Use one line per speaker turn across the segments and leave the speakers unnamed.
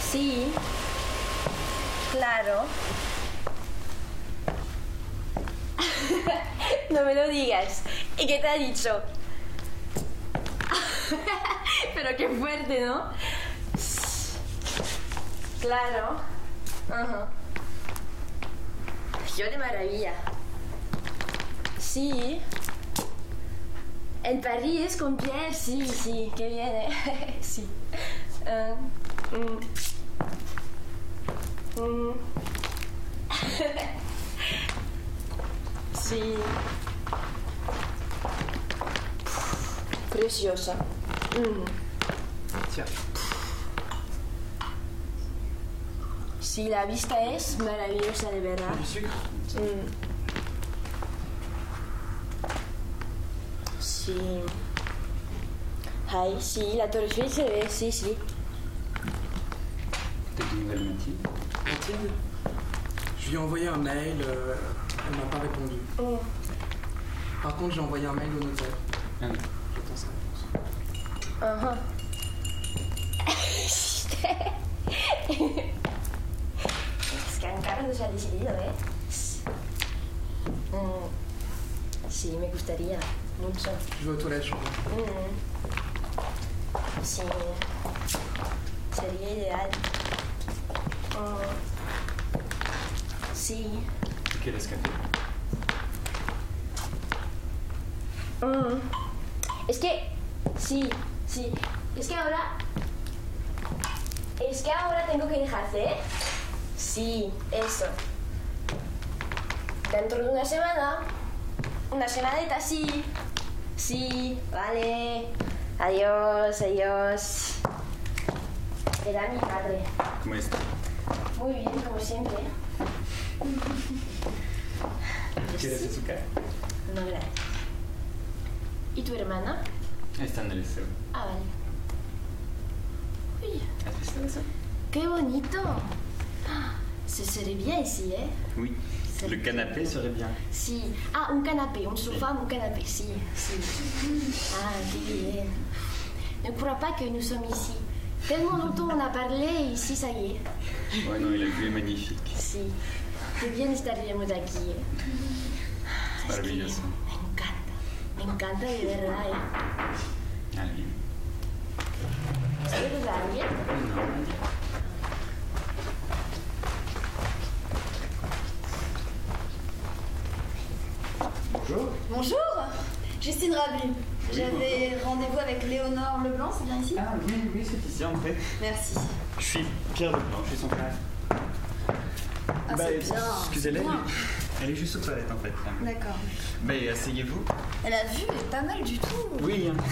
Sí. Claro. no me lo digas. ¿Y qué te ha dicho? Pero qué fuerte, ¿no? Claro. Ajá. Yo de maravilla. Sí. En París con Pierre, sí, sí, qué bien, ¿eh? sí. Ah, mm. Mm. sí. Preciosa. Mm.
Tiens,
Sí, la vista es maravillosa de verdad.
du sucre
Mm. Sí. Ay, sí, la Torre Eiffel se ve, sí, sí.
Peut-être une nouvelle Mathilde.
Mathilde Je lui ai envoyé un mail, euh, elle m'a pas répondu.
Mm.
Par contre, j'ai envoyé un mail au notaire.
Ah oui.
J'attends sa réponse.
Ajá. es que Ankara no se ha decidido, ¿eh? Mm, Sí, me gustaría mucho.
Je vais aux toilettes, je crois.
Mm. Sí, sería ideal. Mm. Sí.
Ok, laisse café.
Mm. Es que, sí, sí. Es que ahora. Es que ahora tengo que dejarse, ¿eh? Sí, eso. Dentro de una semana. Una semanita, sí. Sí, vale. Adiós, adiós. Era mi padre.
Comment est-ce que
Muy bien, como siempre.
Quelle est Suzuka
No, gracias. ¿Y tu hermana?
Está en el liceo.
Ah, vale. Uy.
¿Has visto eso?
¡Qué bonito! Ah, Se serait bien ici, hein
Oui.
C'est-
Le canapé serait bien.
Si. Ah, un canapé, un sofa, un canapé, si. si. Ah, qué bien. Ne crois pas que nous sommes ici. Tellement longtemps on a parlé et ici, ça y ¿eh? est.
Ouais, non, il a vue est magnifique.
Si. Qué bien estaremos aquí, eh.
C'est
Es que me
maravilloso.
encanta. Me encanta de verdad, eh.
Ah oui.
¿Quieres darle?
Bonjour.
Bonjour, Justine Rablu. J'avais rendez-vous avec Léonore Leblanc, c'est bien ici
Ah oui, oui, c'est ici en fait.
Merci.
Je suis Pierre Leblanc, je suis son frère.
Ah, c'est bien.
Excusez-la,
c'est bien.
bah, elle est juste aux toilettes en fait.
D'accord.
Bah, asseyez-vous.
Elle a vu, mais pas mal du tout.
Oui, hein.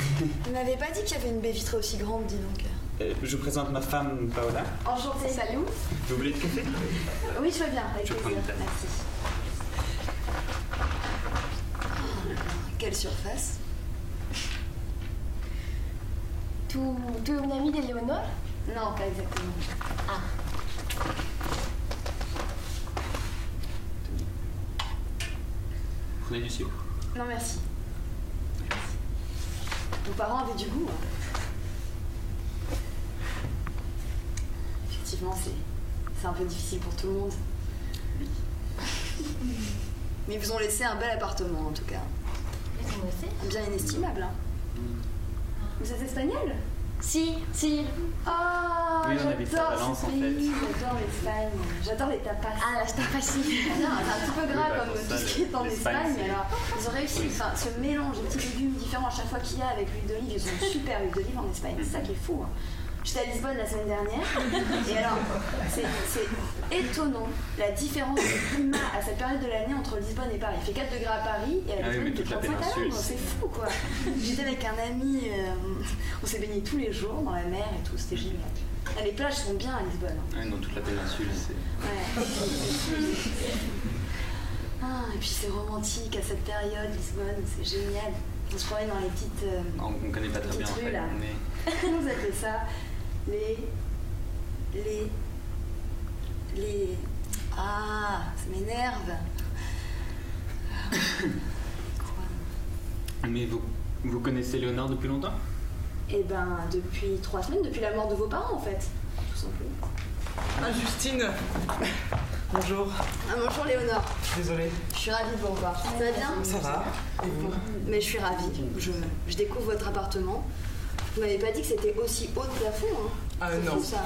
Elle m'avait pas dit qu'il y avait une baie vitrée aussi grande, dis donc.
Euh, je vous présente ma femme Paola.
Enchantée, salut.
Vous voulez du café
Oui, je veux bien, avec
Je prends
plaisir.
une tasse.
Merci. Quelle surface
¿Tú, tú un ami de Leonor?
Non, pas exactement.
Prenez du sucre.
Non, merci. Vos parents avaient du goût. hein. Effectivement, c'est, c'est un peu difficile pour tout le monde. Mais ils vous ont laissé un bel appartement, en tout cas.
¿Les conoces?
Bien inestimable. hein. Vous êtes espagnol
Sí, sí.
Oh,
Oui, on
j'adore
habite à Valence,
ce
en fait.
pays, J'adore l'Espagne. J'adore les tapas.
Ah, la está fácil.
Non, c'est un petit peu gras
Oui, bah,
comme
pour ça,
tout ce qui est en
l'Espagne,
Espagne.
c'est-
Alors, ils ont réussi enfin, ce mélange de petits légumes différents à chaque fois qu'il y a avec l'huile d'olive. Ils ont une super huile d'olive en Espagne. C'est ça qui est fou. hein. J'étais à Lisbonne la semaine dernière. Et alors, c'est c'est étonnant la différence de climat à cette période de l'année entre Lisbonne et Paris. Il fait 4 degrés à Paris et
Ah oui,
à Lisbonne,
mais
il fait
toute la
30 fois à
péninsule,
Londres. C'est
c'est-
fou quoi. J'étais avec un ami, euh, on s'est baigné tous les jours dans la mer et tout. C'était génial. Ah, Les plages sont bien à Lisbonne. hein.
Ouais, Ah, dans toute la péninsule, c'est.
Ouais. Ah, et puis c'est romantique à cette période, Lisbonne, c'est génial. On se promène dans les petites. euh,
On, on connaît pas très bien en
Petite rue,
fait.
là.
On est-
Comment vous appelez ça Les. Les. Les. Ah, ça m'énerve. Quoi
Mais vous, vous connaissez Léonard depuis longtemps
Eh ben, depuis trois semaines, depuis la mort de vos parents en fait, tout simplement.
Ah, Justine Bonjour,
Ah, bonjour Léonore,
je suis désolé.
je suis ravie de vous revoir. Ça va bien
Ça va Et vous
Mais je suis ravie, je, je découvre votre appartement. Vous m'avez pas dit que c'était aussi haut de plafond, hein
Ah
C'est
non.
fou, ça.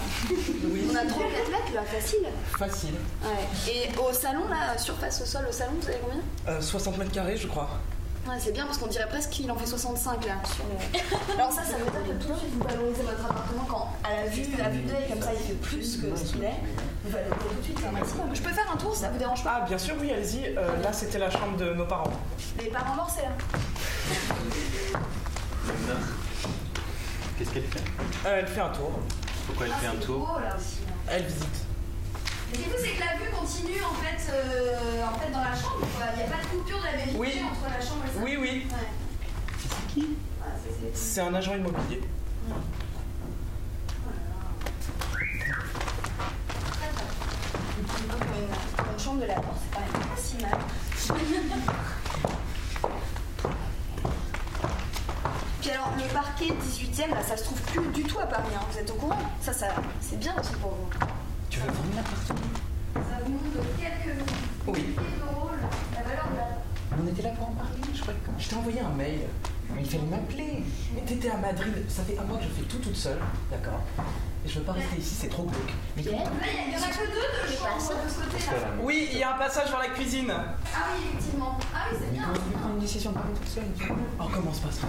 Oui,
On a 3-4 mètres là, facile.
facile.
Ouais. Et au salon, là, surface au sol, au salon, vous avez combien
Euh, 60 mètres carrés, je crois.
Ouais, c'est bien parce qu'on dirait presque qu'il en fait 65 là. sur le- Alors ça, ça veut dire que tout de suite vous valorisez votre appartement quand à la vue, à vue d'œil comme ça, il fait plus que ce qu'il est. Vous valorisez tout de suite un maximum. Je peux faire un tour, si ça vous dérange pas
Ah, bien sûr, oui, allez-y. Euh, là, c'était la chambre de nos parents.
Les parents morts, c'est là.
Léonore, Qu'est-ce qu'elle fait
Euh, elle fait un tour.
Pourquoi elle fait un tour
Oh là aussi. là.
Elle visite.
Mais du coup, c'est que la vue continue en fait, euh, en fait dans la chambre. quoi. Il n'y a pas de coupure de la vérité
Oui.
entre la chambre et ça.
Oui, oui,
Ouais. Ah, ça, c'est-
c'est un agent immobilier.
Donc, une, une chambre de la porte, c'est quand même pas si mal. Puis alors, le parquet 18ème, là, ça se trouve plus du tout à Paris, hein. vous êtes au courant Ça, ça c'est bien aussi pour vous.
Tu veux vendre l'appartement
Ça vous montre de quelques
Oui.
euros la valeur de la...
On était là pour en parler, je crois que... Je t'ai envoyé un mail. Mais il fallait m'appeler. Mais t'étais à Madrid, ça fait un mois que je fais tout toute seule, d'accord Et je veux pas rester ici, c'est trop glauque. Mais
¿Eh?
Là, il y en a que deux de chambres de ce côté-là.
Oui, il y a un passage vers la cuisine.
Ah oui, effectivement. Ah oui, c'est bien.
prendre une décision de parler toute seule. Oh, commence pas ça.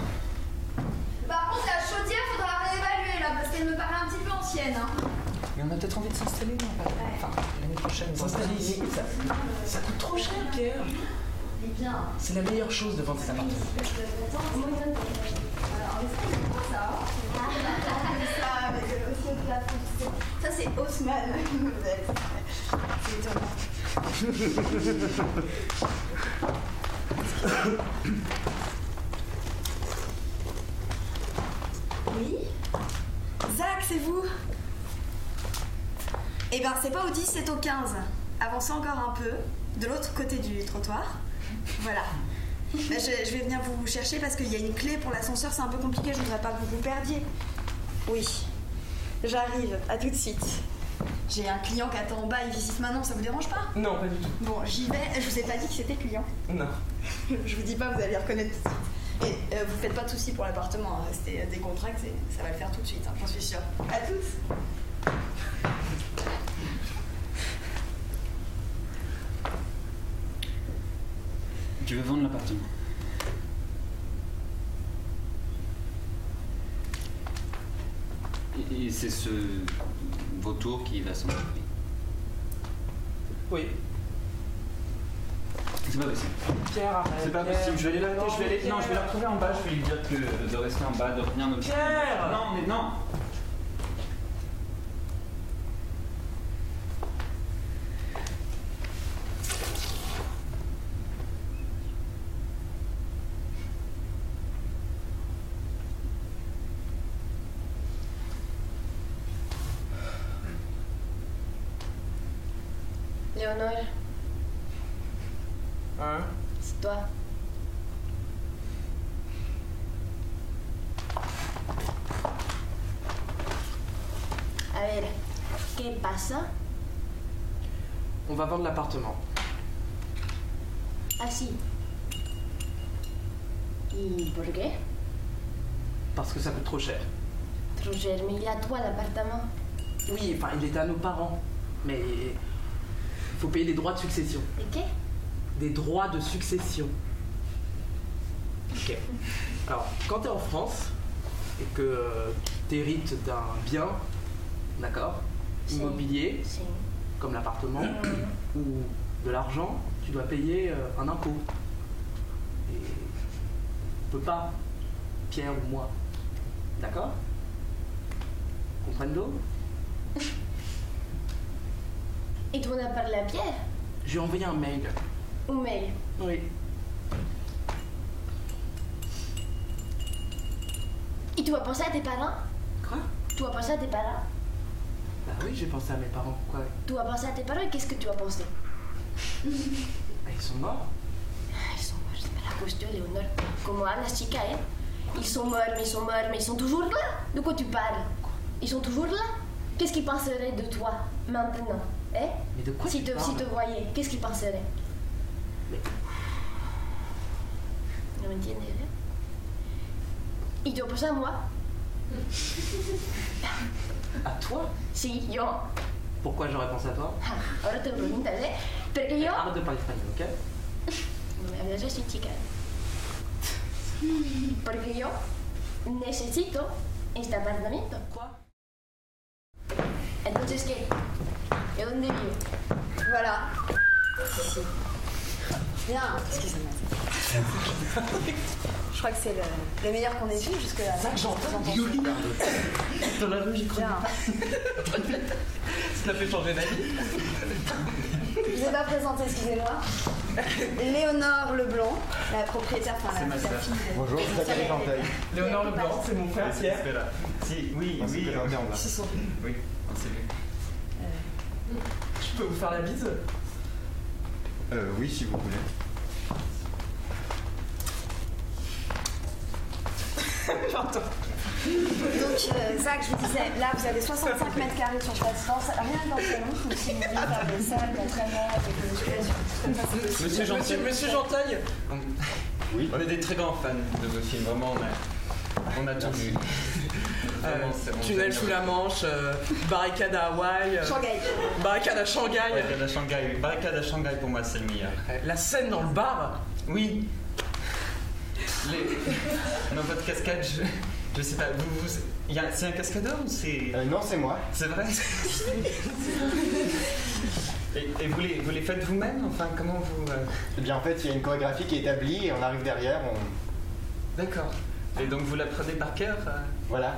Par contre, la chaudière, faudra la réévaluer, là, parce qu'elle me paraît un petit peu ancienne. hein.
Mais on a peut-être envie de s'installer, non pas- Enfin, l'année prochaine. S'installer ici, ça, ça coûte trop cher, Pierre.
Elle est bien.
C'est la meilleure chose de vendre cet appartement.
Ça c'est Haussmann. C'est étonnant. Oui Zach, c'est vous Eh ben c'est pas au 10, c'est au 15. Avancez encore un peu, de l'autre côté du trottoir. Voilà. Ben, je, je vais venir vous chercher parce qu'il y a une clé pour l'ascenseur, c'est un peu compliqué, je voudrais pas que vous vous perdiez. Oui, j'arrive, à tout de suite. J'ai un client qui attend en bas, il visite maintenant, ça vous dérange pas
Non, pas du tout.
Bon, j'y vais, je vous ai pas dit que c'était client.
Non.
je vous dis pas, vous allez reconnaître tout de suite. Et euh, vous faites pas de soucis pour l'appartement, hein, restez euh, décontractés, ça va le faire tout de suite, hein, j'en suis sûre. À tous
Tu veux vendre l'appartement Et- Et c'est ce vautour qui va s'en occuper.
Oui.
C'est pas possible.
Pierre, arrête.
C'est pas
Pierre.
possible. Je vais aller la
Non,
je vais aller- non, je vais la
Pierre.
retrouver en bas. Je vais lui dire que de rester en bas, de revenir me.
Pierre
Non, mais non.
Léonore,
Hein
c'est toi. A ver, ¿qué pasa?
On va vendre l'appartement.
Así. ¿Y por qué?
Parce que ça coûte trop cher.
Roger, mais il est à toi l'appartement.
Oui, enfin, il était à nos parents. Mais. Faut payer les droits de succession.
Et qu'est
des droits de succession. Ok. Alors, quand tu es en France et que tu hérites d'un bien, d'accord,
Si.
immobilier,
Sí.
comme l'appartement, ou de l'argent, tu dois payer euh, un impôt. Et on peut pas, Pierre ou moi. D'accord Comprendo
Et tu en as parlé à Pierre
J'ai envoyé un mail.
Ou mail
Oui.
Et tu as pensé à tes parents
Quoi
Tu as pensé à tes parents
Bah oui, j'ai pensé à mes parents. Quoi
Tu as pensé à tes parents et qu'est-ce que tu as pensé
Ah, Ils sont morts
Ils sont morts, c'est pas la question, Léonore. Comme Anna Chica, hein Ils sont morts, mais ils sont morts, mais ils sont toujours là De quoi tu parles Ils sont toujours là Qu'est-ce qu'ils penseraient de toi maintenant. Hein
Mais de quoi
si
tu
te,
parles
si te voyais, qu'est-ce qu'il penserait
Mais-
Vous m'entendez Ils ont pensé à moi.
À toi
Si, yo.
Pourquoi j'aurais pensé à toi
Ah, Ahora te preguntas, ¿eh? Porque yo...
Arrête de parler espagnol, ok
Bueno, la verdad, yo soy chica. Porque yo necesito este apartamento.
Quoi
Entonces, ¿qué? ¿De dónde vivo?
Voilà. Bien, excusez-moi. Je crois que c'est le, le meilleur qu'on ait vu jusque-là.
Dans la rue, j'ai cru.
Bien.
Ça l'a fait changer d'avis.
Je vous ai pas présenté, excusez-moi. Léonore Leblanc, la propriétaire, enfin la, la fille.
Bonjour, je
Ça va
t'appelle
être-
Chantal.
Léonore Leblanc, c'est mon frère Pierre.
Si, oui,
On s'est
oui,
présenté en bas.
oui, on s'est vu.
Je peux vous faire la bise
Euh, oui, si vous voulez.
Donc, euh, Zach, je vous disais, là, vous avez 65 mètres carrés sur votre distance. Rien que dans le salon, je me suis dit, faire des salles d'entraînement avec des situations.
Monsieur Gentil.
Monsieur Gentaille
Oui. On est des très grands fans de vos films, vraiment, on a, on a tout vu. Vraiment, c'est- on
Euh, Tunnel
aime.
sous la Manche, euh, barricade à Hawaï, euh,
Shanghai.
barricade à Shanghai.
Barricade à Shanghai, oui. Barricade à Shanghai, pour moi, c'est le meilleur.
Euh, La scène dans le bar,
Oui. Les... Dans votre cascade, je, je sais pas, vous, vous... il y a- c'est un cascadeur ou c'est...
Euh, non, c'est moi.
C'est vrai Et, et vous, les, vous les faites vous-même Enfin, comment vous... euh,
Eh bien, en fait, il y a une chorégraphie qui est établie et on arrive derrière, on...
D'accord. Et donc vous la prenez par cœur euh,
Voilà.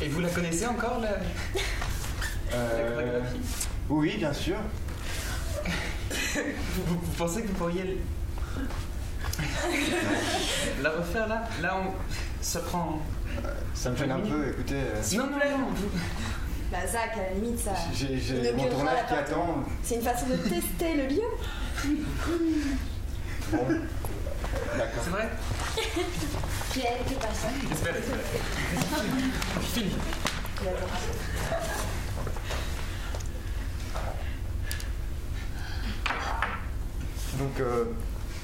Et vous la connaissez encore, la, la
Euh,
chorégraphie
Oui, bien sûr.
vous, vous- vous pensez que vous pourriez... le- la refaire, là Là, on se prend...
Ça me gêne un peu, écoutez... euh,
Non, non, non, vous-
Bah, Zach, à la limite, ça.
J'ai
Une
j'ai mon
biographe
tournage qui
appartenant.
attend.
C'est une façon de tester le lieu.
Bon. D'accord.
C'est vrai
¿Qué, qué pasa?
Espérez, espérez.
Donc, euh,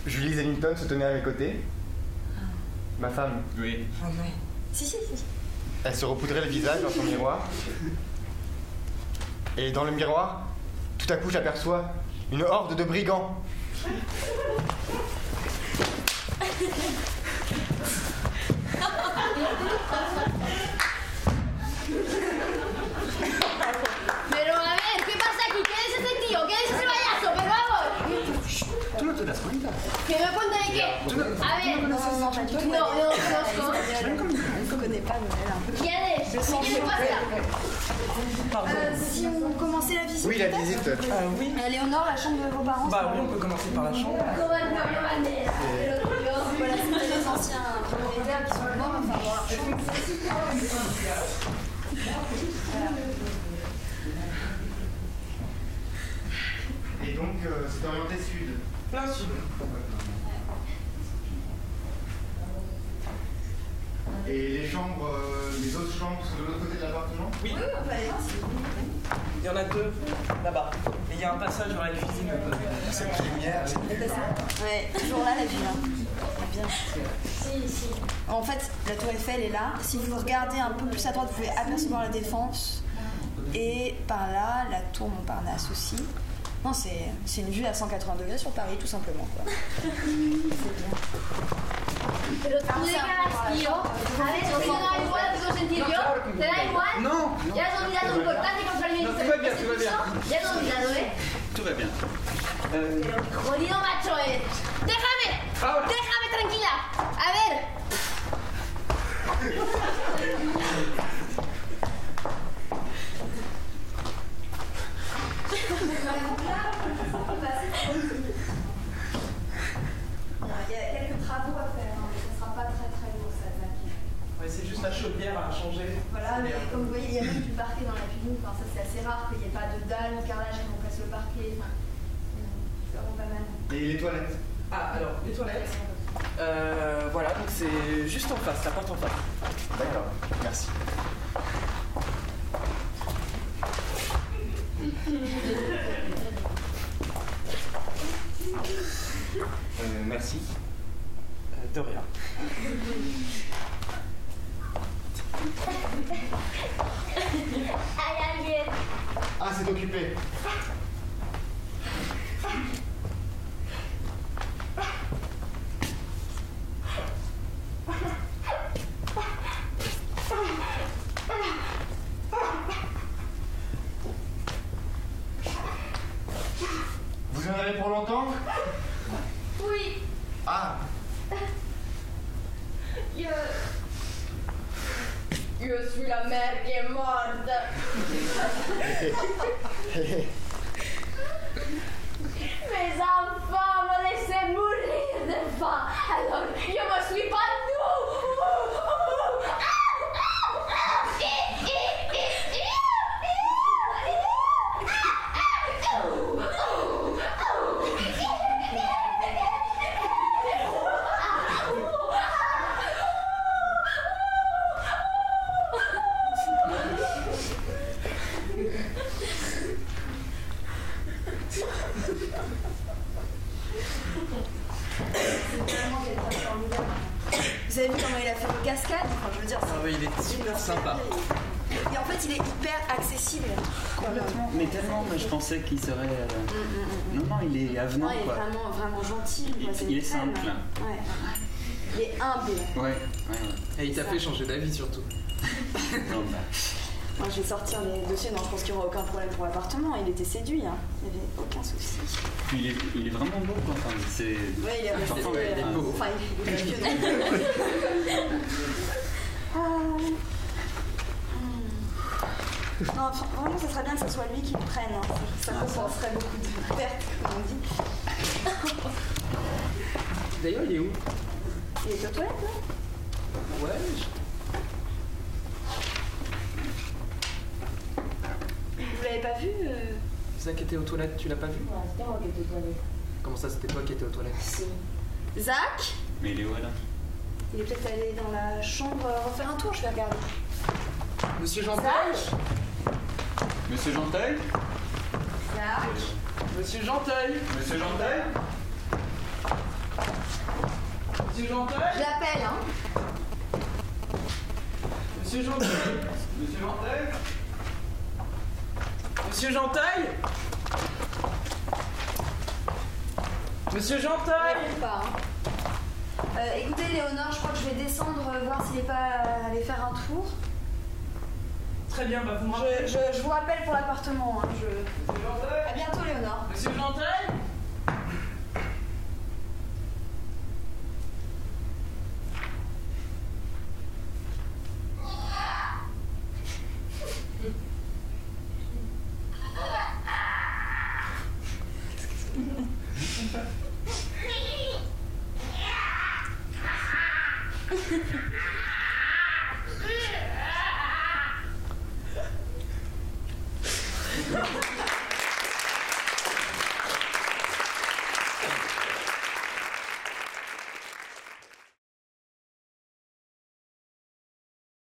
Julie Zellington se tenait à mes côtés. Ma femme,
Oui.
Ah Si, si, si.
elle se repoudrait le visage dans son miroir. Et dans le miroir, tout à coup, j'aperçois une horde de brigands.
Pero a ver, ¿qué pasa aquí? ¿Qué es ese tío? ¿Qué es ese payaso? Pero vamos.
Tout le monde te la soirée, là.
¿Que me cuenta de qué? A ver. No,
Ah, Non, pas du tout.
no, no conozco.
Je ne connais pas, mais elle a un peu.
¿Quién es? ¿Qué le pasa?
pardon.
Euh, si on commençait la visite.
Oui, la
peut-être
visite.
Euh, oui,
Euh, Léonore, la chambre de vos parents.
bah
c'est-
oui, on peut commencer par la chambre.
¿Cómo no llaman? Pero yo.
Voilà, c'est les anciens propriétaires qui sont morts. Enfin, bon, la chambre.
Et donc, euh, c'est orienté sud.
Là, si.
Et les chambres, euh, les autres chambres sont de l'autre côté de l'appartement
Il y en a deux là-bas. Et il y a un passage vers la cuisine. euh,
Ouais, toujours là, la ville. hein. Bien.
Sí, sí.
En fait, la tour Eiffel est là. Si vous regardez un peu plus à droite, vous pouvez apercevoir la défense. Et par là, la tour Montparnasse aussi. Non, c'est c'est une vue à 180 degrés sur Paris, tout simplement. Quoi.
Pero tú
Vamos
de
a-
qué hablas, tío. A ver, ¿a ti te da igual lo que tengo sentir yo? ¿Te da igual?
Non
Ya has olvidado lo importante que comprar mi
No, tú vas bien, tú vas bien.
Ya te has olvidado, ¿eh?
Tout va bien. Euh,
Jodido macho eres. ¡Déjame!
Ahora.
¡Déjame tranquila! A ver.
Il y a quelques travaux à faire, hein, mais ce ne sera pas très très lourd, ça,
Ouais, c'est juste la chaudière à changer.
Voilà, mais comme vous voyez, il y a même du parquet dans la cuisine. Enfin, ça, c'est assez rare qu'il n'y ait pas de dalle, de carrelage, qu'on casse le parquet. Enfin, c'est vraiment pas mal.
Et les toilettes
Ah, alors, les toilettes. Euh, voilà, donc c'est juste en face, la porte en face.
D'accord, merci. Euh,
Euh,
de rien.
Allez, Aliette,
Ah, c'est occupé. Vous en avez pour longtemps
oui,
Ah,
je... Je suis la mère qui est morte. Mes enfants m'ont laissé mourir de faim, alors je me suis battue. Ah, ah, ah. Hi, hi, hi, hi, hi, hi. Ah, ah, ouh, ouh,
Vraiment quelqu'un de formidable. Vous avez vu comment il a fait le cascade Enfin, je veux dire,
Ah
c'est
ouais, il est super sympa.
Et en fait, il est hyper accessible. Complètement.
Mais tellement, moi, je pensais qu'il serait. euh,
Hum,
Non, non, il est avenant,
il est
quoi.
vraiment, vraiment gentil.
Il-
quoi, c'est
il
une
est
crème.
simple.
Ouais. Il est humble.
Ouais, ouais, ouais.
Et il t'a fait changer d'avis surtout.
Non, bah,
Moi, je vais sortir les dossiers. Non, je pense qu'il n'y aura aucun problème pour l'appartement. Il était séduit. Hein. Il n'y avait aucun souci.
puis il est, il est vraiment beau, quoi. Enfin, c'est.
Ouais, il est resté.
Enfin, ouais, il est
euh,
beau.
Enfin, il est il est que Ah. Hmm. Non, enfin, vraiment, ça serait bien que ce soit lui qui le prenne. hein. Ça compenserait beaucoup de pertes, comme on dit.
D'ailleurs, il est où
Il est aux toilettes, là
Ouais,
Vous l'avez pas vu euh
je- Zach était aux toilettes, tu l'as pas vu
c'était moi qui étais toilette.
Comment ça, c'était toi qui étais aux toilettes
Si.
Zach
Mais il est où, là
Il est peut-être allé dans la chambre euh, refaire un tour, je vais regarder.
Monsieur jean
Zach
Monsieur Genteuil
Zach
Monsieur Genteuil
Monsieur Genteuil
Monsieur Genteuil
Je l'appelle, hein
Monsieur Genteuil
Monsieur Genteuil
Monsieur Genteuil Monsieur
Je
Genteuil
réponds pas. hein. Euh, écoutez, Léonore, je crois que je vais descendre euh, voir s'il n'est pas euh, allé faire un tour.
Très bien, bah vous me rappelez.
Je, je- je vous rappelle pour l'appartement. hein, je-
Monsieur Genteuil
À bientôt, Léonore.
Monsieur Genteuil